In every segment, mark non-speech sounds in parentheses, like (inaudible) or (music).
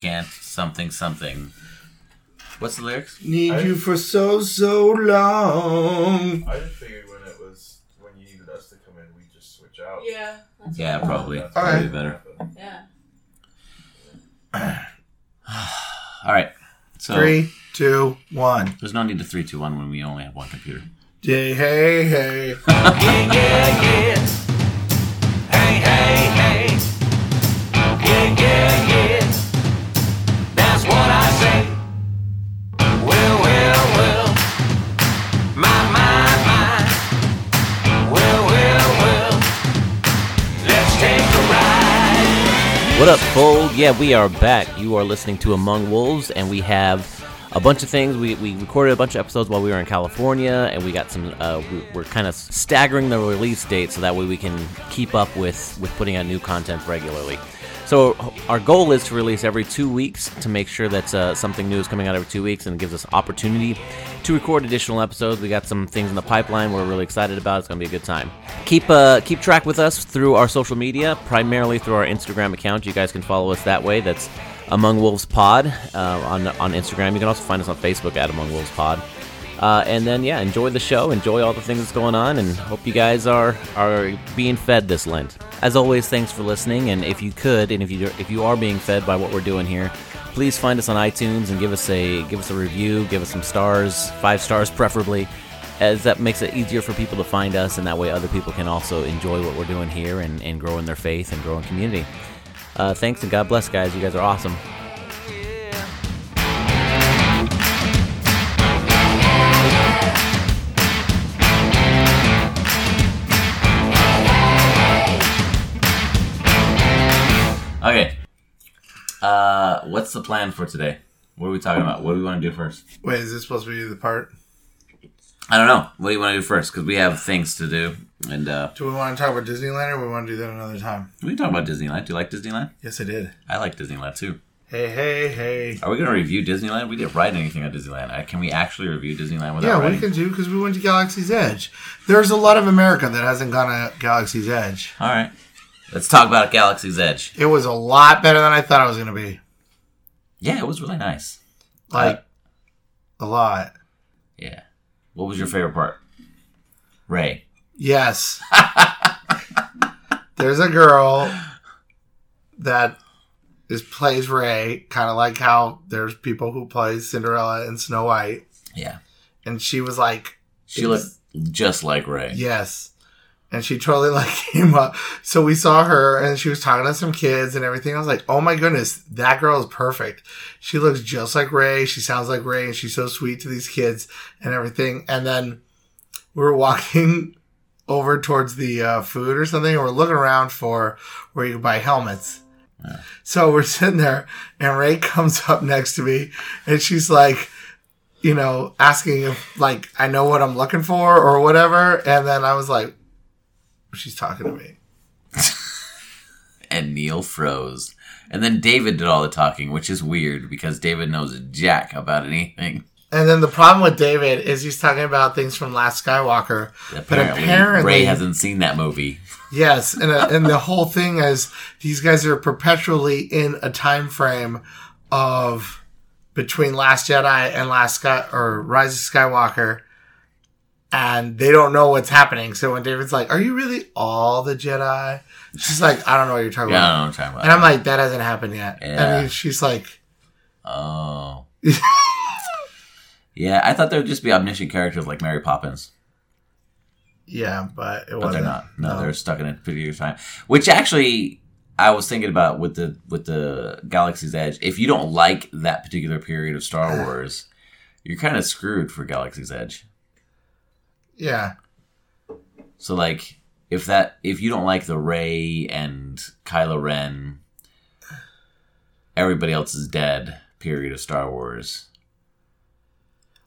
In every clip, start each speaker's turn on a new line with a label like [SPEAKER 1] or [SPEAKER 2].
[SPEAKER 1] can't something something. What's the lyrics?
[SPEAKER 2] Need
[SPEAKER 3] I-
[SPEAKER 2] you for so so long.
[SPEAKER 3] I just figured when it was when you needed us to come in, we just switch out.
[SPEAKER 4] Yeah. that's
[SPEAKER 1] Yeah,
[SPEAKER 4] what I
[SPEAKER 1] probably.
[SPEAKER 3] That's
[SPEAKER 1] Probably
[SPEAKER 3] what
[SPEAKER 1] better.
[SPEAKER 3] happened.
[SPEAKER 4] thought. Yeah.
[SPEAKER 1] All right. So
[SPEAKER 2] Three, two, one.
[SPEAKER 1] there's no need to three, two, one when we only have one computer.
[SPEAKER 2] Hey, hey, hey.
[SPEAKER 5] Yeah, yeah, yeah. Hey, hey, hey. Yeah, yeah, yeah. That's what I say. Well, well, well. My, my, my. Well, well, well. Let's take a ride.
[SPEAKER 6] What up, Fold? Yeah, we are back. You are listening to Among Wolves, and we have a bunch of things. We, we recorded a bunch of episodes while we were in California, and we got some. Uh, we, we're kind of staggering the release date so that way we can keep up with with putting out new content regularly. So our goal is to release every two weeks to make sure that uh, something new is coming out every two weeks and gives us opportunity to record additional episodes. We got some things in the pipeline we're really excited about. It's going to be a good time. Keep uh, keep track with us through our social media, primarily through our Instagram account. You guys can follow us that way. That's Among Wolves Pod uh, on on Instagram. You can also find us on Facebook at Among Wolves Pod. Uh, and then yeah, enjoy the show, enjoy all the things that's going on, and hope you guys are are being fed this Lent. As always, thanks for listening. And if you could, and if you if you are being fed by what we're doing here, please find us on iTunes and give us a give us a review, give us some stars, five stars preferably, as that makes it easier for people to find us, and that way other people can also enjoy what we're doing here and and grow in their faith and grow in community. Uh, thanks and God bless, guys. You guys are awesome.
[SPEAKER 1] Okay. Uh, what's the plan for today? What are we talking about? What do we want to do first?
[SPEAKER 2] Wait, is this supposed to be the part?
[SPEAKER 1] I don't know. What do you want to do first? Because we have things to do, and uh,
[SPEAKER 2] Do we want to talk about Disneyland or we want to do that another time?
[SPEAKER 1] we can talk about Disneyland. Do you like Disneyland?
[SPEAKER 2] Yes, I did.
[SPEAKER 1] I like Disneyland too.
[SPEAKER 2] Hey, hey, hey.
[SPEAKER 1] Are we going to review Disneyland? We didn't write anything on Disneyland. Uh, Can we actually review Disneyland without
[SPEAKER 2] Yeah, we
[SPEAKER 1] writing?
[SPEAKER 2] can do because we went to Galaxy's Edge. There's a lot of America that hasn't gone to Galaxy's Edge.
[SPEAKER 1] All right. Let's talk about Galaxy's Edge.
[SPEAKER 2] It was a lot better than I thought it was going to be.
[SPEAKER 1] Yeah, it was really nice.
[SPEAKER 2] Like, a lot.
[SPEAKER 1] Yeah. What was your favorite part? Ray.
[SPEAKER 2] Yes. There's a girl that is plays Ray, kind of like how there's people who play Cinderella and Snow White,
[SPEAKER 1] Yeah.
[SPEAKER 2] and she was like,
[SPEAKER 1] She looked just like Ray.
[SPEAKER 2] "Yes." And she totally (laughs) like came up. So we saw her and she was talking to some kids and everything. I was like, oh my goodness, that girl is perfect. She looks just like Ray. She sounds like Ray and she's so sweet to these kids and everything. And then we were (laughs) walking over towards the uh, food or something, and we're looking around for where you can buy helmets. So we're sitting there, and Ray (laughs) comes up next to me, and she's like, you know, asking if like I know what I'm looking for or whatever. And then I was like, she's talking to me.
[SPEAKER 1] And Neil froze. And then David did all the talking, which is weird because David knows jack about anything.
[SPEAKER 2] And then the problem with David is he's talking about things from Last Skywalker,
[SPEAKER 1] Apparently,
[SPEAKER 2] but apparently
[SPEAKER 1] Ray hasn't seen that movie.
[SPEAKER 2] Yes, and uh, and the whole thing is these guys are perpetually in a time frame of between Last Jedi and Last Sky or Rise of Skywalker, and they don't know what's happening. So when David's like, "Are you really all the Jedi?" She's like, "I don't know what you're talking
[SPEAKER 1] Yeah, I don't
[SPEAKER 2] about,"
[SPEAKER 1] know what I'm talking about.
[SPEAKER 2] and I'm like, "That hasn't happened yet."
[SPEAKER 1] Yeah.
[SPEAKER 2] I mean, she's like,
[SPEAKER 1] oh. yeah, I thought there would just be omniscient characters like Mary Poppins.
[SPEAKER 2] "Yeah, but it
[SPEAKER 1] but they're
[SPEAKER 2] wasn't."
[SPEAKER 1] not. No, they're stuck in a particular time. Which actually, I was thinking about with the with the Galaxy's Edge. If you don't like that particular period of Star Wars, you're kind of screwed for Galaxy's Edge.
[SPEAKER 2] yeah,
[SPEAKER 1] So like, if that if you don't like the Ray and Kylo Ren, everybody else is dead. Period of Star Wars.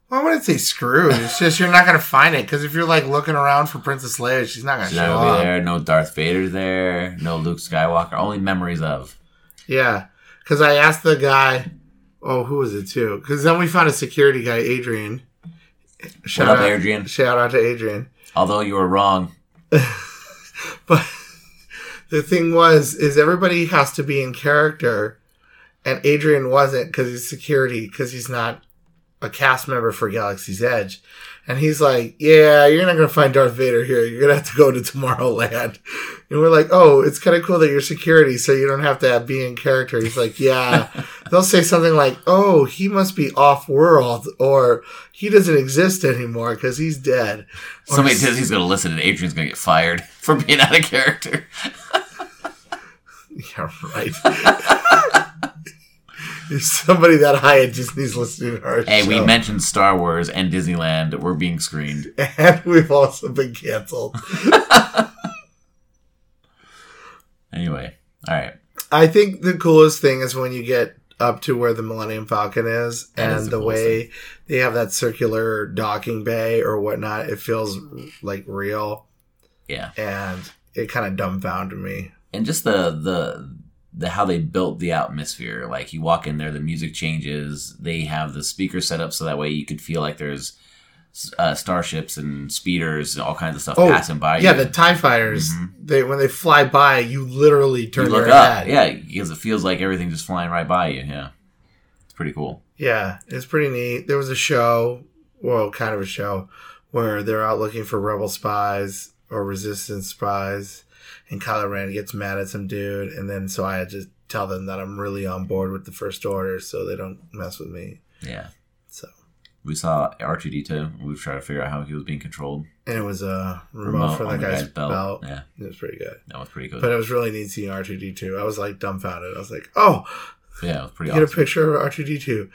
[SPEAKER 2] Well, I wouldn't say screwed.
[SPEAKER 1] (laughs)
[SPEAKER 2] It's just you're not gonna find it because if you're like looking around for Princess Leia, she's not gonna
[SPEAKER 1] She's
[SPEAKER 2] show
[SPEAKER 1] not gonna
[SPEAKER 2] up.
[SPEAKER 1] be there. No Darth Vader there. No Luke Skywalker. Only memories of.
[SPEAKER 2] Yeah, because I asked the guy. Oh, who was it too? Because then we found a security guy, Adrian. Shout
[SPEAKER 1] up,
[SPEAKER 2] out,
[SPEAKER 1] Adrian?
[SPEAKER 2] Shout out to Adrian.
[SPEAKER 1] Although you were wrong.
[SPEAKER 2] (laughs) But the thing was, is everybody has to be in character, and Adrian wasn't because he's security because he's not a cast member for Galaxy's Edge, and he's like, "Yeah, you're not gonna find Darth Vader here. You're gonna have to go to (laughs) Tomorrowland." And we're like, "Oh, it's kind of cool that you're security, so you don't have to be in character." He's like, "Yeah." They'll say something like, "Oh, he must be off world," or "He doesn't exist anymore because he's dead." Or
[SPEAKER 1] Somebody
[SPEAKER 2] s-
[SPEAKER 1] says he's going to listen, and Adrian's going to get fired (laughs) for being out of character.
[SPEAKER 2] (laughs) Yeah, right. If somebody that high at Disney's listening to our
[SPEAKER 1] Hey,
[SPEAKER 2] show,
[SPEAKER 1] we mentioned Star Wars and Disneyland. We're being screened.
[SPEAKER 2] (laughs) and we've also been canceled.
[SPEAKER 1] Anyway, all right.
[SPEAKER 2] I think the coolest thing is when you get up to where the Millennium Falcon is
[SPEAKER 1] That
[SPEAKER 2] and
[SPEAKER 1] is the
[SPEAKER 2] the,
[SPEAKER 1] coolest
[SPEAKER 2] way they have that circular docking bay or whatnot. It feels like real
[SPEAKER 1] Yeah,
[SPEAKER 2] and it kind of dumbfounded me.
[SPEAKER 1] and just the the the how they built the atmosphere. Like you walk in there, the music changes. They have the speaker set up so that way you could feel like there's uh, starships and speeders and all kinds of stuff
[SPEAKER 2] Oh,
[SPEAKER 1] passing by.
[SPEAKER 2] yeah,
[SPEAKER 1] you.
[SPEAKER 2] the TIE fighters,
[SPEAKER 1] Mhm.
[SPEAKER 2] they when they fly by, you literally turn
[SPEAKER 1] you look
[SPEAKER 2] your
[SPEAKER 1] up.
[SPEAKER 2] head.
[SPEAKER 1] Yeah, because it feels like everything's just flying right by you. Yeah, it's pretty cool.
[SPEAKER 2] Yeah, it's pretty neat. There was a show, well, kind of a show, where they're out looking for rebel spies or resistance spies, and Kylo Ren gets mad at some dude, and then so I had to tell them that I'm really on board with the First Order, so they don't mess with me.
[SPEAKER 1] Yeah.
[SPEAKER 2] So,
[SPEAKER 1] We saw R two D two. We were trying to figure out how he was being controlled.
[SPEAKER 2] and it was a remote,
[SPEAKER 1] Remote
[SPEAKER 2] from
[SPEAKER 1] on
[SPEAKER 2] that
[SPEAKER 1] the
[SPEAKER 2] guy's
[SPEAKER 1] guy's belt.
[SPEAKER 2] belt.
[SPEAKER 1] Yeah,
[SPEAKER 2] It was pretty good,
[SPEAKER 1] that was pretty good.
[SPEAKER 2] but it was really neat seeing R two D two. I was like dumbfounded. I was like, oh,
[SPEAKER 1] yeah, it was pretty
[SPEAKER 2] you
[SPEAKER 1] awesome.
[SPEAKER 2] get a picture of R two D two.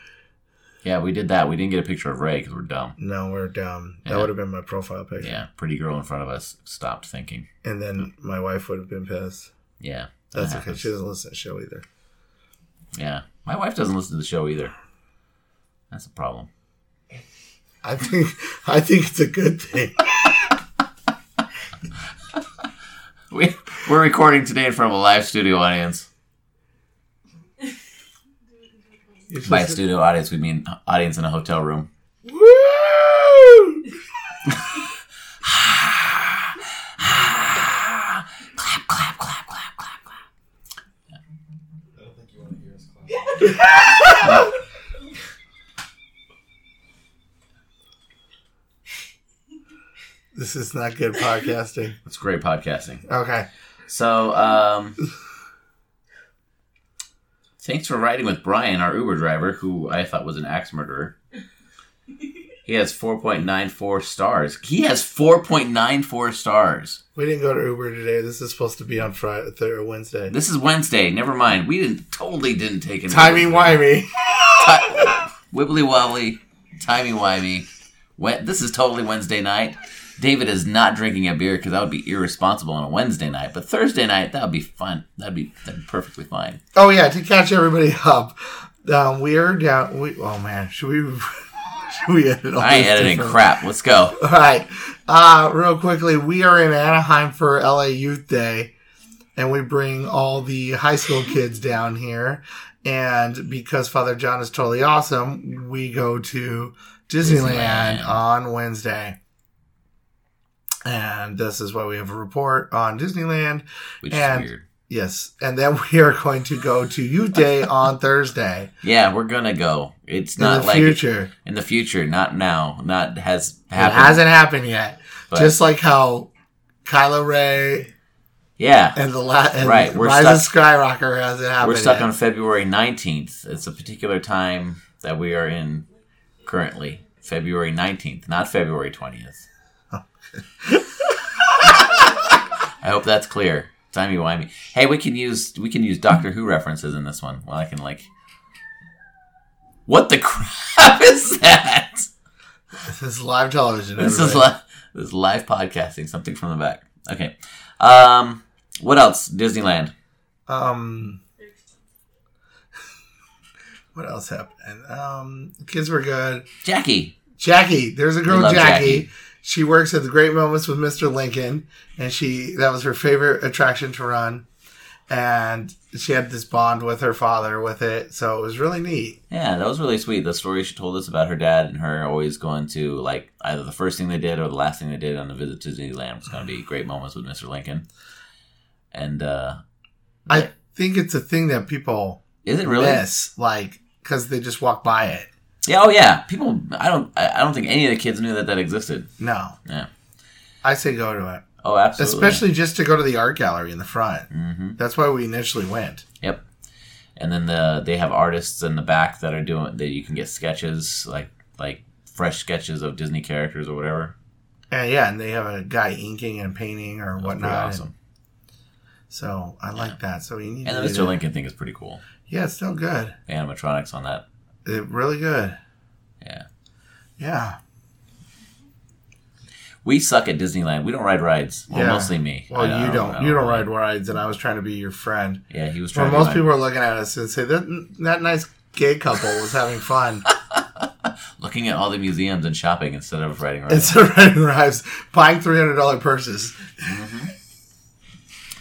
[SPEAKER 1] Yeah, we did that. We didn't get a picture of Ray because we're dumb.
[SPEAKER 2] No, we're dumb.
[SPEAKER 1] Yeah.
[SPEAKER 2] That would have been my profile picture,
[SPEAKER 1] Yeah, pretty girl in front of us stopped thinking.
[SPEAKER 2] and then my wife would have been pissed.
[SPEAKER 1] Yeah, that
[SPEAKER 2] That's okay.
[SPEAKER 1] happens.
[SPEAKER 2] She doesn't listen to the show either.
[SPEAKER 1] Yeah, my wife doesn't listen to the show either. That's a problem. (laughs)
[SPEAKER 2] I think I think it's a good thing.
[SPEAKER 1] We we're recording today in front of a live studio audience.
[SPEAKER 2] It's
[SPEAKER 1] By a
[SPEAKER 2] (laughs) just-
[SPEAKER 1] studio audience, we mean audience in a hotel room.
[SPEAKER 2] Woo!
[SPEAKER 1] Clap, clap, clap, clap, clap, clap.
[SPEAKER 3] I don't think you want to hear us clap.
[SPEAKER 2] This is not good podcasting.
[SPEAKER 1] That's great podcasting.
[SPEAKER 2] Okay.
[SPEAKER 1] So, um, thanks for riding with Brian, our Uber driver, who I thought was an axe murderer. He has 4.94 stars. He has 4.94 stars.
[SPEAKER 2] We didn't go to Uber today. This is supposed to be on Friday or Wednesday.
[SPEAKER 1] This is Wednesday. Never mind. We didn't totally didn't take it.
[SPEAKER 2] Timey wimey.
[SPEAKER 1] Wibbly wobbly, timey wimey. Wet. This is totally Wednesday night. David is not drinking a beer because that would be irresponsible on a Wednesday night. But Thursday night, that would be fun. That'd be, that'd be perfectly fine.
[SPEAKER 2] Oh yeah, to catch everybody up. Um, we are down. We, oh man, should we? (laughs) Should we edit all
[SPEAKER 1] I ain't
[SPEAKER 2] this
[SPEAKER 1] editing
[SPEAKER 2] different?
[SPEAKER 1] crap. Let's go.
[SPEAKER 2] All right. Uh, real quickly, we are in Anaheim for LA Youth Day, and we bring all the high school kids down here. And because Father John is totally awesome, we go to Disneyland,
[SPEAKER 1] Disneyland.
[SPEAKER 2] on Wednesday. And this is why we have a report on Disneyland.
[SPEAKER 1] Which
[SPEAKER 2] And-
[SPEAKER 1] is weird.
[SPEAKER 2] Yes. And then (laughs) we are going to go to Youth Day on Thursday
[SPEAKER 1] Yeah, we're gonna go. It's (laughs)
[SPEAKER 2] in
[SPEAKER 1] not
[SPEAKER 2] the
[SPEAKER 1] like
[SPEAKER 2] future.
[SPEAKER 1] in the future, not now, not has
[SPEAKER 2] It
[SPEAKER 1] happened.
[SPEAKER 2] hasn't happened yet.
[SPEAKER 1] but-
[SPEAKER 2] Just like how Kylo Ray
[SPEAKER 1] yeah,
[SPEAKER 2] and the la- and
[SPEAKER 1] Right, we're
[SPEAKER 2] Rise of
[SPEAKER 1] stuck-
[SPEAKER 2] Skywalker hasn't happened.
[SPEAKER 1] we're stuck
[SPEAKER 2] yet.
[SPEAKER 1] on February nineteenth. It's a particular time that we are in currently. February nineteenth, not February twentieth. I hope that's clear. Timey wimey. Hey, we can use we can use Doctor Who references in this one. Well, I can like. What the (laughs) crap is that?
[SPEAKER 2] This is live television.
[SPEAKER 1] This is
[SPEAKER 2] everybody.
[SPEAKER 1] li- this is live podcasting. Something from the back. Okay. Um, what else? Disneyland. (laughs)
[SPEAKER 2] um. What else happened? Um, kids were good.
[SPEAKER 1] Jackie.
[SPEAKER 2] Jackie, there's a girl,
[SPEAKER 1] love
[SPEAKER 2] Jackie.
[SPEAKER 1] Jackie.
[SPEAKER 2] She works at the Great Moments with Mr. Lincoln, and she that was her favorite attraction to run. And she had this bond with her father with it, so it was really neat.
[SPEAKER 1] Yeah, that was really sweet. The story she told us about her dad and her always going to like either the first thing they did or the last thing they did on the visit to Disneyland was going to be great moments with Mr. Lincoln. And uh,
[SPEAKER 2] I think it's a thing that people
[SPEAKER 1] Is it really?
[SPEAKER 2] miss, like because they just walk by it.
[SPEAKER 1] Yeah. Oh yeah. People. I don't. I I don't think any of the kids knew that that existed.
[SPEAKER 2] No,
[SPEAKER 1] Yeah.
[SPEAKER 2] I say go to it,
[SPEAKER 1] Oh, absolutely.
[SPEAKER 2] especially just to go to the art gallery in the front.
[SPEAKER 1] hmm
[SPEAKER 2] That's why we initially went.
[SPEAKER 1] Yep. And then the they have artists in the back that are doing that you can get sketches like like fresh sketches of Disney characters or whatever.
[SPEAKER 2] And yeah, and they have a guy inking and painting or
[SPEAKER 1] That's pretty
[SPEAKER 2] whatnot.
[SPEAKER 1] awesome.
[SPEAKER 2] So I like that. So you need
[SPEAKER 1] And
[SPEAKER 2] to
[SPEAKER 1] the
[SPEAKER 2] do
[SPEAKER 1] Mr.
[SPEAKER 2] that.
[SPEAKER 1] Lincoln thing is pretty cool.
[SPEAKER 2] Yeah, it's still good.
[SPEAKER 1] The animatronics on that.
[SPEAKER 2] It, really good.
[SPEAKER 1] Yeah.
[SPEAKER 2] Yeah.
[SPEAKER 1] We suck at Disneyland. We don't ride rides. Well,
[SPEAKER 2] Yeah.
[SPEAKER 1] mostly me.
[SPEAKER 2] Well,
[SPEAKER 1] I
[SPEAKER 2] you don't.
[SPEAKER 1] I
[SPEAKER 2] you don't ride rides, and I was trying to be your friend.
[SPEAKER 1] Yeah, he was trying.
[SPEAKER 2] Well,
[SPEAKER 1] to
[SPEAKER 2] most
[SPEAKER 1] ride.
[SPEAKER 2] people are looking at us and say that that nice gay couple was
[SPEAKER 1] (laughs)
[SPEAKER 2] having fun
[SPEAKER 1] looking at all the museums and shopping instead of riding rides.
[SPEAKER 2] instead of riding rides, buying three hundred dollar purses.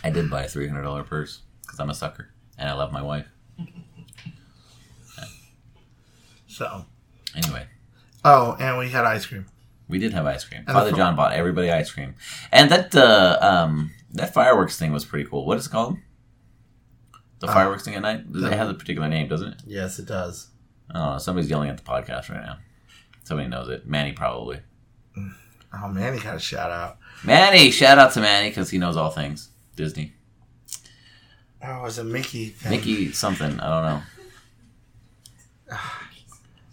[SPEAKER 1] I did buy a three hundred dollar purse because I'm a sucker and I love my wife.
[SPEAKER 2] So,
[SPEAKER 1] Anyway,
[SPEAKER 2] oh, and we had ice cream.
[SPEAKER 1] we did have ice cream.
[SPEAKER 2] the
[SPEAKER 1] Father
[SPEAKER 2] fr-
[SPEAKER 1] John bought everybody ice cream, and that uh, um that fireworks thing was pretty cool. What is it called? The
[SPEAKER 2] Uh,
[SPEAKER 1] fireworks thing at night. Does
[SPEAKER 2] the-
[SPEAKER 1] it has a particular name? Doesn't it?
[SPEAKER 2] Yes, it does.
[SPEAKER 1] I don't know. Somebody's yelling at the podcast right now. Somebody knows it. Manny probably.
[SPEAKER 2] Oh man, he got a shout out.
[SPEAKER 1] Manny, shout out to Manny because he knows all things Disney.
[SPEAKER 2] Oh, it was a Mickey. Thing.
[SPEAKER 1] Mickey something. I don't know.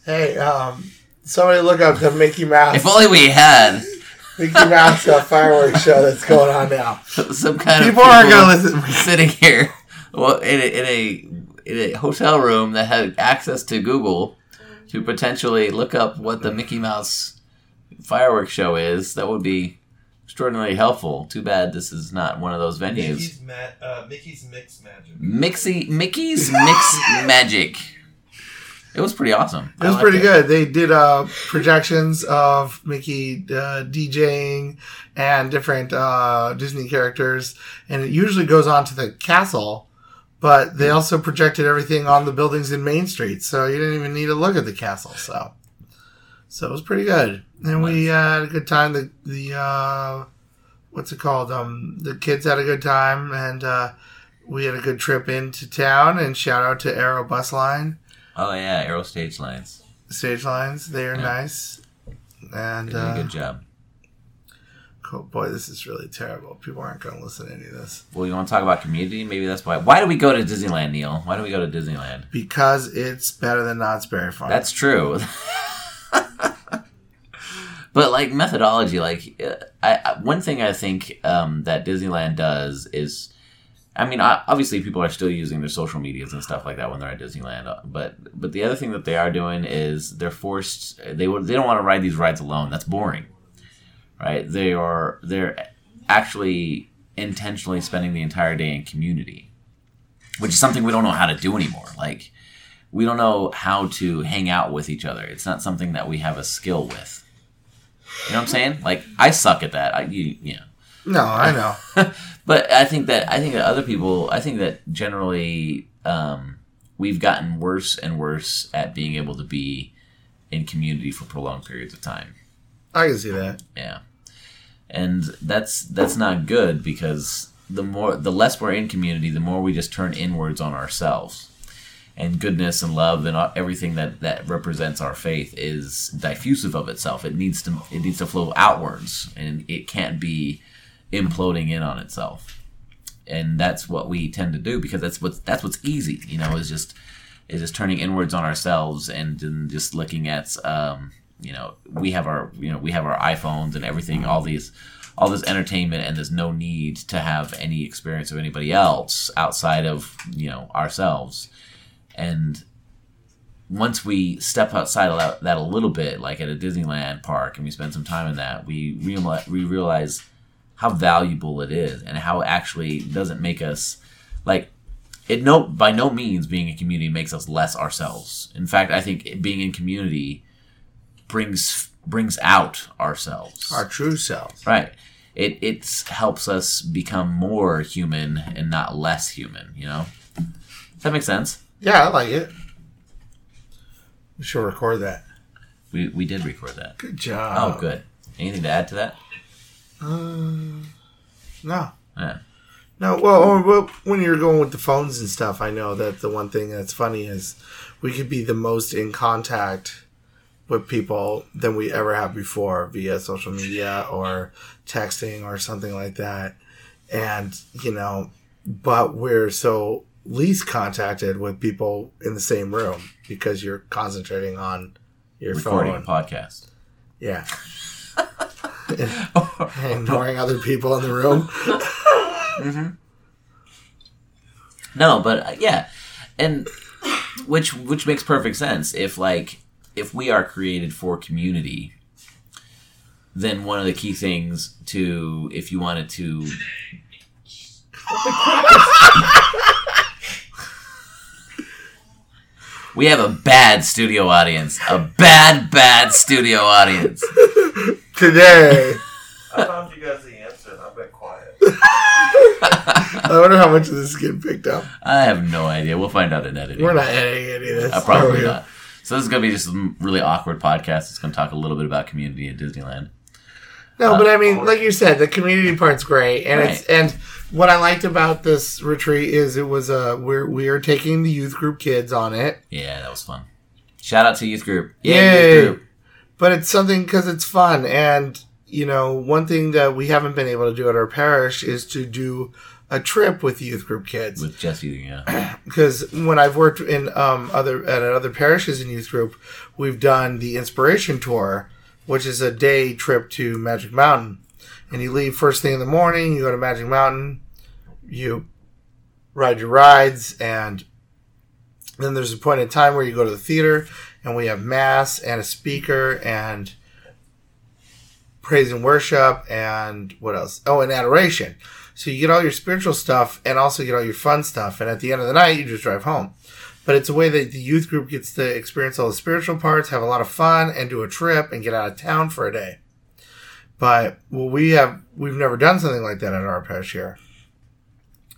[SPEAKER 2] Hey, um, somebody look up the Mickey Mouse.
[SPEAKER 1] If only we had (laughs)
[SPEAKER 2] Mickey Mouse uh, fireworks show that's going on now.
[SPEAKER 1] (laughs) some kind
[SPEAKER 2] People
[SPEAKER 1] of
[SPEAKER 2] aren't gonna listen.
[SPEAKER 1] sitting here well in a, in a in a hotel room that had access to Google to potentially look up what the Mickey Mouse fireworks show is. That would be extraordinarily helpful. Too bad this is not one of those venues.
[SPEAKER 3] Mickey's, ma- uh, Mickey's Mix Magic.
[SPEAKER 1] Mixy Mickey's
[SPEAKER 2] (laughs)
[SPEAKER 1] Mix Magic. It was pretty awesome.
[SPEAKER 2] It was pretty good. They did uh, projections of Mickey uh, DJing and different uh, Disney characters, and it usually goes on to the castle. But they also projected everything on the buildings in Main Street, so you didn't even need to look at the castle. So, so it was pretty good, and we uh, had a good time. The the uh, what's it called? Um, the kids had a good time, and uh, we had a good trip into town. And shout out to Aero Bus Line
[SPEAKER 1] Oh yeah, Aero Stage Lines.
[SPEAKER 2] stage lines. They are
[SPEAKER 1] Yeah.
[SPEAKER 2] nice. And
[SPEAKER 1] They did a
[SPEAKER 2] uh,
[SPEAKER 1] good job.
[SPEAKER 2] cool. boy, this is really terrible. People aren't going to listen to any of this
[SPEAKER 1] Well, you want to talk about community? Maybe that's why. Why do we go to Disneyland, Neil? Why do we go to Disneyland?
[SPEAKER 2] because it's better than Knott's Berry Farm.
[SPEAKER 1] That's true. (laughs) but like methodology, like uh, I, I, one thing I think um, that Disneyland does is, I mean, o- obviously people are still using their social medias and stuff like that when they're at Disneyland. uh, But but the other thing that they are doing is they're forced. They would they don't want to ride these rides alone. That's boring, right? They are they're actually intentionally spending the entire day in community, which is something we don't know how to do anymore. Like we don't know how to hang out with each other. It's not something that we have a skill with. You know what I'm saying? Like I suck at that. I you, you know.
[SPEAKER 2] no, I know.
[SPEAKER 1] But I think that I think that other people. I think that generally um, we've gotten worse and worse at being able to be in community for prolonged periods of time.
[SPEAKER 2] I can see that.
[SPEAKER 1] Yeah, and that's that's not good because the more the less we're in community, the more we just turn inwards on ourselves. And goodness and love and all- everything that that represents our faith is diffusive of itself. It needs to it needs to flow outwards, and it can't be imploding in on itself. And that's what we tend to do because that's what's that's what's easy, you know, is just is just turning inwards on ourselves and, then just looking at um, you know we have our you know we have our iPhones and everything all these all this entertainment and there's no need to have any experience of anybody else outside of you know ourselves and once we step outside of that- that a little bit like at a Disneyland park and we spend some time in that we realize, we realize how valuable it is and how it actually doesn't make us like it no by no means being a community makes us less ourselves. In fact, I think it- being in community brings brings out ourselves.
[SPEAKER 2] Our true selves.
[SPEAKER 1] Right. It it helps us become more human and not less human. You know. Does that make sense?
[SPEAKER 2] Yeah, I like it. We should record that.
[SPEAKER 1] We we did record that.
[SPEAKER 2] Good job.
[SPEAKER 1] Oh, good. Anything to add to that?
[SPEAKER 2] Uh, no.
[SPEAKER 1] Yeah.
[SPEAKER 2] No, well, or, well, when you're going with the phones and stuff, I know that the one thing that's funny is we could be the most in contact with people than we ever have before via social media or texting or something like that. And, you know, but we're so least contacted with people in the same room because you're concentrating on your
[SPEAKER 1] recording
[SPEAKER 2] phone.
[SPEAKER 1] a podcast. (laughs)
[SPEAKER 2] Yeah. (laughs) Ignoring other people in the
[SPEAKER 1] (laughs)
[SPEAKER 2] room.
[SPEAKER 1] No, but uh, yeah, and which which makes perfect sense. If like if we are created for community, then one of the key things to if you wanted to. We have a bad studio audience. A bad, bad studio audience.
[SPEAKER 2] Today.
[SPEAKER 3] I found you guys the answer, and I've been (laughs) quiet.
[SPEAKER 2] I wonder how much of this is getting picked up.
[SPEAKER 1] I have no idea. We'll find out in editing.
[SPEAKER 2] We're not editing any of this.
[SPEAKER 1] Uh,
[SPEAKER 2] Are
[SPEAKER 1] probably
[SPEAKER 2] we?
[SPEAKER 1] not. So this is going to be just a really awkward podcast. It's going to talk a little bit about community at Disneyland.
[SPEAKER 2] No, but I mean, like you said, the community part's great, and it's
[SPEAKER 1] Right.
[SPEAKER 2] and what I liked about this retreat is it was a we're we are taking the youth group kids on it,
[SPEAKER 1] Yeah, that was fun. Shout out to youth group. Yeah,
[SPEAKER 2] Yay.
[SPEAKER 1] youth group.
[SPEAKER 2] but it's something because it's fun, and you know, one thing that we haven't been able to do at our parish is to do a trip with youth group kids.
[SPEAKER 1] with Jesse. Yeah,
[SPEAKER 2] because when I've worked in um, other at other parishes in youth group, we've done the inspiration tour, which is a day trip to Magic Mountain, and you leave first thing in the morning. You go to Magic Mountain, you ride your rides, and then there's a point in time where you go to the theater, and we have mass and a speaker and praise and worship and what else? Oh, and adoration. So you get all your spiritual stuff and also get all your fun stuff. And at the end of the night, you just drive home. But it's a way that the youth group gets to experience all the spiritual parts, have a lot of fun, and do a trip and get out of town for a day. But well, we have we've never done something like that at our parish here,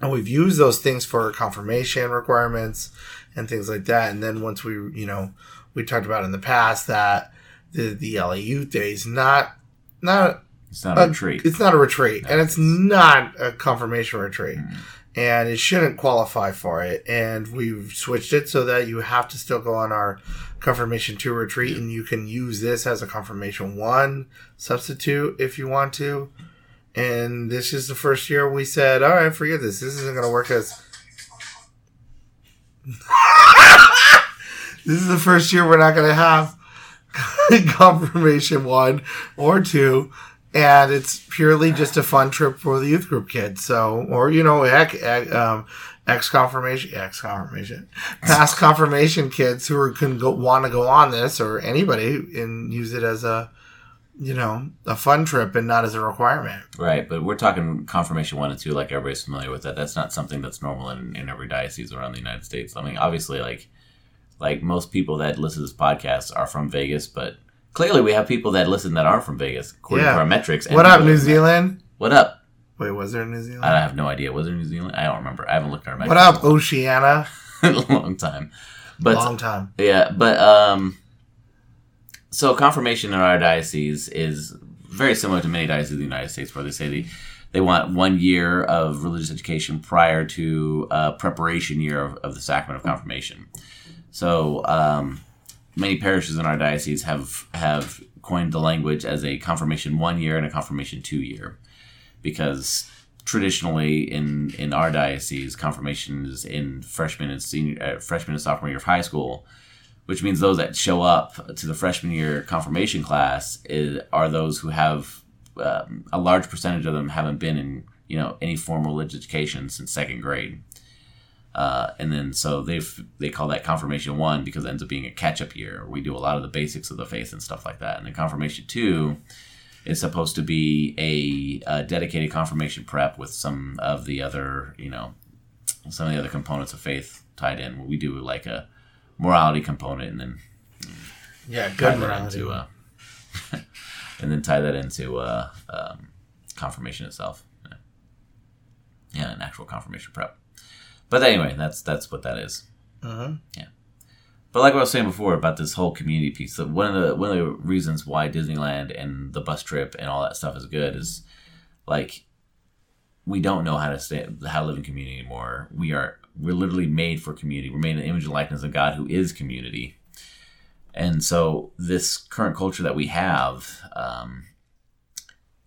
[SPEAKER 2] and we've used those things for confirmation requirements and things like that. And then once we, you know, we talked about in the past that the the LA Youth Day is not not
[SPEAKER 1] it's not a
[SPEAKER 2] uh,
[SPEAKER 1] retreat.
[SPEAKER 2] It's not a retreat,
[SPEAKER 1] No,
[SPEAKER 2] and
[SPEAKER 1] it's-
[SPEAKER 2] it's not a confirmation retreat,
[SPEAKER 1] Mm.
[SPEAKER 2] and it shouldn't qualify for it. And we've switched it so that you have to still go on our confirmation two retreat, and you can use this as a confirmation one substitute if you want to. And this is the first year we said, "All right, forget this. This isn't going to work as." (laughs) this is the first year we're not going to have (laughs) confirmation one or two and it's purely just a fun trip for the youth group kids. So, or you know, heck, eh, um, ex confirmation, ex confirmation, past confirmation kids who are can go want to go on this, or anybody, and use it as a, you know, a fun trip and not as a requirement.
[SPEAKER 1] Right, but we're talking confirmation one and two, like everybody's familiar with that. That's not something that's normal in, in every diocese around the United States. I mean, obviously, like like most people that listen to this podcast are from Vegas, but clearly we have people that listen that aren't from Vegas, according
[SPEAKER 2] Yeah.
[SPEAKER 1] to our metrics. and
[SPEAKER 2] what up,
[SPEAKER 1] people
[SPEAKER 2] New
[SPEAKER 1] that-
[SPEAKER 2] Zealand?
[SPEAKER 1] What up?
[SPEAKER 2] Wait, was there New Zealand?
[SPEAKER 1] I have no idea. Was it New Zealand? I don't remember. I haven't looked at our
[SPEAKER 2] what
[SPEAKER 1] metrics
[SPEAKER 2] up, Oceania?
[SPEAKER 1] in (laughs) a long time. But
[SPEAKER 2] Long time.
[SPEAKER 1] Yeah, but um, so confirmation in our diocese is very similar to many dioceses in the United States, where they say they, they want one year of religious education prior to uh, preparation year of, of the sacrament of confirmation. So um, many parishes in our diocese have have coined the language as a confirmation one year and a confirmation two year, because traditionally in in our diocese, confirmation is in freshman and senior uh, freshman and sophomore year of high school, which means those that show up to the freshman year confirmation class is, are those who have um, a large percentage of them haven't been in you know any formal religious education since second grade. Uh, and then so they they call that confirmation one because it ends up being a catch up year. We do a lot of the basics of the faith and stuff like that. And then confirmation two is supposed to be a, uh dedicated confirmation prep with some of the other you know some of the other components of faith tied in. We do like a morality component and then
[SPEAKER 2] Yeah,
[SPEAKER 1] tie
[SPEAKER 2] good
[SPEAKER 1] that
[SPEAKER 2] morality.
[SPEAKER 1] into uh, (laughs) and then tie that into uh, um, confirmation itself. Yeah. yeah, an actual confirmation prep. But anyway, that's that's what that is.
[SPEAKER 2] Mhm.
[SPEAKER 1] But like what I was saying before about this whole community piece, that one of the one of the reasons why Disneyland and the bus trip and all that stuff is good is like we don't know how to stay how to live in community anymore. We are we're literally made for community. We're made in the image and likeness of God, who is community. And so this current culture that we have, um,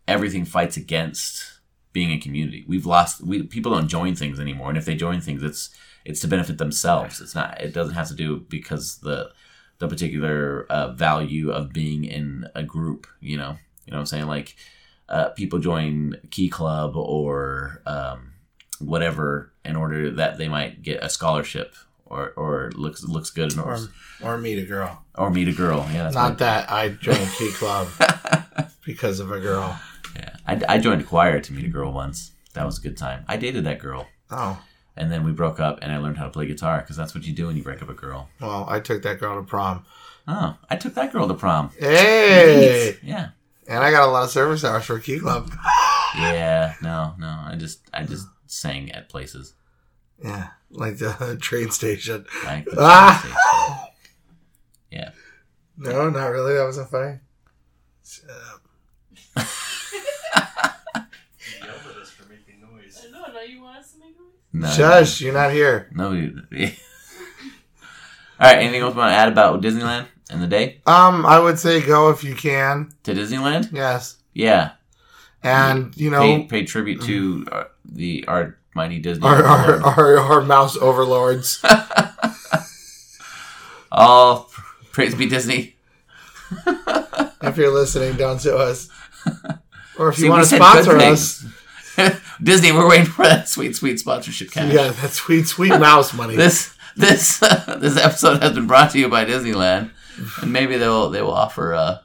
[SPEAKER 1] everything fights against being a community. We've lost. We people don't join things anymore, and if they join things, it's it's to benefit themselves. It's not. It doesn't have to do because the the particular uh, value of being in a group. You know. You know what I'm saying? Like uh, people join Key Club or um, whatever in order that they might get a scholarship or or looks looks good in
[SPEAKER 2] Or,
[SPEAKER 1] or,
[SPEAKER 2] or meet a girl.
[SPEAKER 1] or meet a girl. Yeah, that's
[SPEAKER 2] Not that I joined Key Club because of a girl.
[SPEAKER 1] (laughs) Yeah, I, I joined a choir to meet a girl once. That was a good time. I dated that girl,
[SPEAKER 2] Oh,
[SPEAKER 1] and then we broke up, and I learned how to play guitar because that's what you do when you break up a girl.
[SPEAKER 2] well, I took that girl to prom.
[SPEAKER 1] Oh, I took that girl to prom.
[SPEAKER 2] Hey!
[SPEAKER 1] Yeah,
[SPEAKER 2] And I got a lot of service hours for Key Club.
[SPEAKER 1] yeah. No, no. I just I just sang at places
[SPEAKER 2] Yeah, like the (laughs) train station.
[SPEAKER 1] like the
[SPEAKER 2] Ah!
[SPEAKER 1] train station. Yeah.
[SPEAKER 2] No, not really. That wasn't funny. Shut up.
[SPEAKER 3] He yelled at us for making noise.
[SPEAKER 4] No, no, you want us to make noise?
[SPEAKER 1] No,
[SPEAKER 2] Shush, you're not here.
[SPEAKER 1] No. you- (laughs) All right. Anything else you want to add about Disneyland and the day
[SPEAKER 2] Um, I would say go if you can.
[SPEAKER 1] to Disneyland?
[SPEAKER 2] Yes.
[SPEAKER 1] Yeah.
[SPEAKER 2] And, you
[SPEAKER 1] Pay,
[SPEAKER 2] know,
[SPEAKER 1] pay tribute to uh, the our mighty Disney.
[SPEAKER 2] our, our, our, our mouse
[SPEAKER 1] (laughs)
[SPEAKER 2] overlords.
[SPEAKER 1] All (laughs) praise be Disney.
[SPEAKER 2] if you're listening, don't
[SPEAKER 1] (laughs)
[SPEAKER 2] sue us. Or if
[SPEAKER 1] See,
[SPEAKER 2] you want
[SPEAKER 1] we
[SPEAKER 2] to
[SPEAKER 1] said good
[SPEAKER 2] sponsor us.
[SPEAKER 1] things. (laughs) Disney, we're waiting for that sweet, sweet sponsorship cash.
[SPEAKER 2] Yeah, that's sweet, sweet mouse
[SPEAKER 1] (laughs)
[SPEAKER 2] money.
[SPEAKER 1] This this (laughs) this episode has been brought to you by Disneyland, and maybe they'll they will offer uh,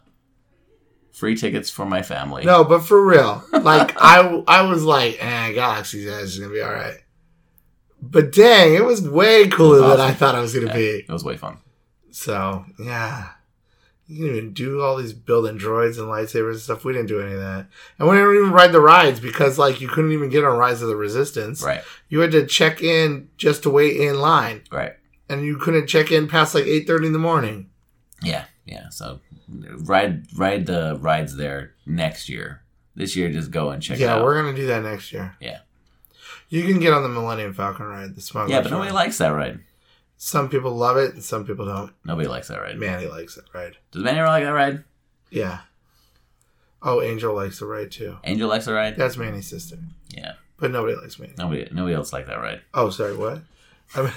[SPEAKER 1] free tickets for my family.
[SPEAKER 2] No, but for real,
[SPEAKER 1] (laughs)
[SPEAKER 2] like I, I was like, eh, Galaxy's Edge is gonna be all right. But dang, it was way cooler
[SPEAKER 1] It was
[SPEAKER 2] than I
[SPEAKER 1] awesome.
[SPEAKER 2] thought it was gonna
[SPEAKER 1] Yeah,
[SPEAKER 2] be.
[SPEAKER 1] it was way fun.
[SPEAKER 2] So yeah, you can even do all these building droids and lightsabers and stuff. We didn't do any of that, and we didn't even ride the rides because like you couldn't even get on Rise of the Resistance.
[SPEAKER 1] Right,
[SPEAKER 2] You had to check in just to wait in line,
[SPEAKER 1] right.
[SPEAKER 2] and you couldn't check in past like eight thirty in the morning.
[SPEAKER 1] Yeah, yeah. So ride ride the rides there next year. This year, just go and check
[SPEAKER 2] yeah,
[SPEAKER 1] it out.
[SPEAKER 2] we're gonna do that next year.
[SPEAKER 1] Yeah.
[SPEAKER 2] You can get on the Millennium Falcon ride, the smuggler's
[SPEAKER 1] yeah, but
[SPEAKER 2] Ride.
[SPEAKER 1] nobody likes that ride.
[SPEAKER 2] Some people love it and some people don't.
[SPEAKER 1] Nobody likes that ride.
[SPEAKER 2] Manny likes it, right?
[SPEAKER 1] Does Manny like that ride?
[SPEAKER 2] Yeah. Oh, Angel likes it, right, too.
[SPEAKER 1] Angel likes that ride.
[SPEAKER 2] That's Manny's sister.
[SPEAKER 1] Yeah.
[SPEAKER 2] But nobody likes Manny.
[SPEAKER 1] Nobody nobody else like that ride.
[SPEAKER 2] Oh, sorry, what? I mean-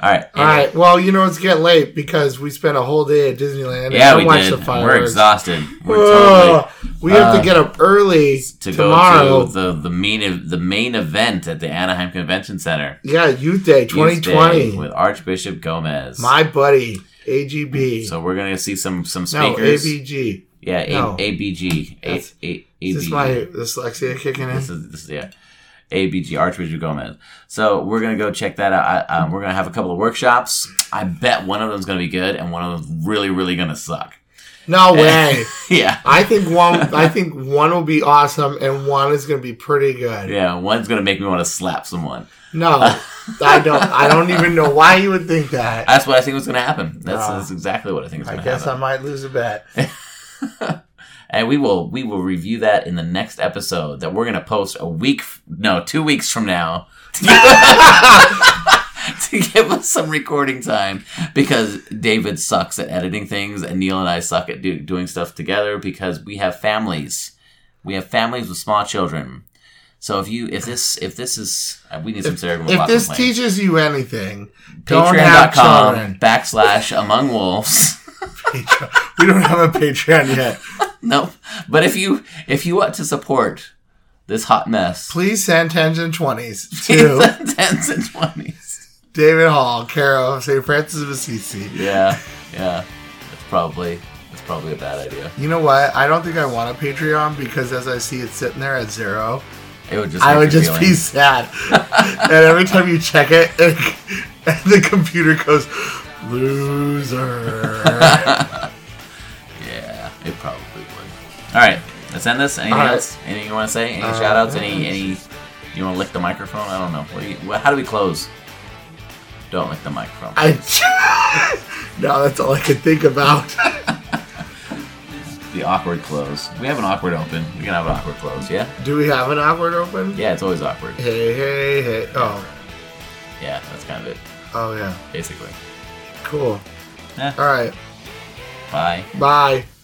[SPEAKER 1] All right.
[SPEAKER 2] all right, well, you know, it's getting late because we spent a whole day at Disneyland.
[SPEAKER 1] Yeah,
[SPEAKER 2] and
[SPEAKER 1] we
[SPEAKER 2] watched
[SPEAKER 1] did.
[SPEAKER 2] the
[SPEAKER 1] We're
[SPEAKER 2] fireworks.
[SPEAKER 1] exhausted. We're totally
[SPEAKER 2] Ugh, we have
[SPEAKER 1] uh,
[SPEAKER 2] to get up early
[SPEAKER 1] to
[SPEAKER 2] tomorrow.
[SPEAKER 1] go to the the main the main event at the Anaheim Convention Center.
[SPEAKER 2] yeah, Youth Day
[SPEAKER 1] Youth Day
[SPEAKER 2] 2020.
[SPEAKER 1] with Archbishop Gomez.
[SPEAKER 2] My buddy, AGB.
[SPEAKER 1] so we're gonna see some some
[SPEAKER 2] no,
[SPEAKER 1] speakers.
[SPEAKER 2] ABG.
[SPEAKER 1] yeah, a,
[SPEAKER 2] no.
[SPEAKER 1] ABG. A,
[SPEAKER 2] That's-
[SPEAKER 1] a,
[SPEAKER 2] Is this
[SPEAKER 1] ABG.
[SPEAKER 2] my dyslexia kicking in?
[SPEAKER 1] This is this is yeah. ABG Archbishop Gomez. So we're gonna go check that out. I, um, we're gonna have a couple of workshops. I bet one of them's gonna be good and one of them's really really gonna suck. (laughs)
[SPEAKER 2] No way.
[SPEAKER 1] yeah.
[SPEAKER 2] I think one. I think one will be awesome, and one is going to be pretty good.
[SPEAKER 1] Yeah, one's gonna make me want to slap someone.
[SPEAKER 2] No, I don't. I don't even know why you would think that.
[SPEAKER 1] That's what I think was going to happen. That's,
[SPEAKER 2] Ah.
[SPEAKER 1] that's exactly what I think is
[SPEAKER 2] I
[SPEAKER 1] going to
[SPEAKER 2] guess I
[SPEAKER 1] happen.
[SPEAKER 2] might lose a bet.
[SPEAKER 1] and we will we will review that in the next episode that we're going to post a week f- no two weeks from now to give, (laughs) to give us some recording time because David sucks at editing things and Neil and I suck at do, doing stuff together because we have families. We have families with small children. So if you if this if this is uh, we need some cerebral
[SPEAKER 2] If
[SPEAKER 1] palsy
[SPEAKER 2] this
[SPEAKER 1] plan.
[SPEAKER 2] teaches you anything, don't have
[SPEAKER 1] Patreon.com
[SPEAKER 2] children.
[SPEAKER 1] backslash among wolves. (laughs)
[SPEAKER 2] Patreon. We don't have a Patreon yet.
[SPEAKER 1] No, but if you if you want to support this hot mess,
[SPEAKER 2] Please send tens and twenties
[SPEAKER 1] (laughs)
[SPEAKER 2] (laughs) to
[SPEAKER 1] send tens and twenties.
[SPEAKER 2] David Hall, care of St. Francis of Assisi.
[SPEAKER 1] Yeah, yeah, that's probably that's probably a bad idea.
[SPEAKER 2] You know what? I don't think I want a Patreon because as I see it sitting there at zero,
[SPEAKER 1] It would just
[SPEAKER 2] I
[SPEAKER 1] hurt
[SPEAKER 2] would
[SPEAKER 1] your
[SPEAKER 2] just be
[SPEAKER 1] feelings.
[SPEAKER 2] sad. and every time you check it, (laughs) it and the computer goes, loser.
[SPEAKER 1] yeah, it probably would. All right, let's end this. Anything
[SPEAKER 2] All right.
[SPEAKER 1] else? Anything you want to say? Any
[SPEAKER 2] Uh,
[SPEAKER 1] shoutouts? shout outs? Any any? You want to lick the microphone? I don't know. What do you, wha- how do we close? Don't lick the microphone.
[SPEAKER 2] (laughs) I, now that's all I could think about.
[SPEAKER 1] the awkward close. We have an awkward open. We can have an awkward close. Yeah.
[SPEAKER 2] Do we have an awkward open?
[SPEAKER 1] Yeah, it's always awkward.
[SPEAKER 2] Hey, hey, hey. Oh,
[SPEAKER 1] Yeah, that's kind of it,
[SPEAKER 2] oh yeah.
[SPEAKER 1] basically.
[SPEAKER 2] Cool.
[SPEAKER 1] Yeah.
[SPEAKER 2] All right.
[SPEAKER 1] Bye.
[SPEAKER 2] Bye.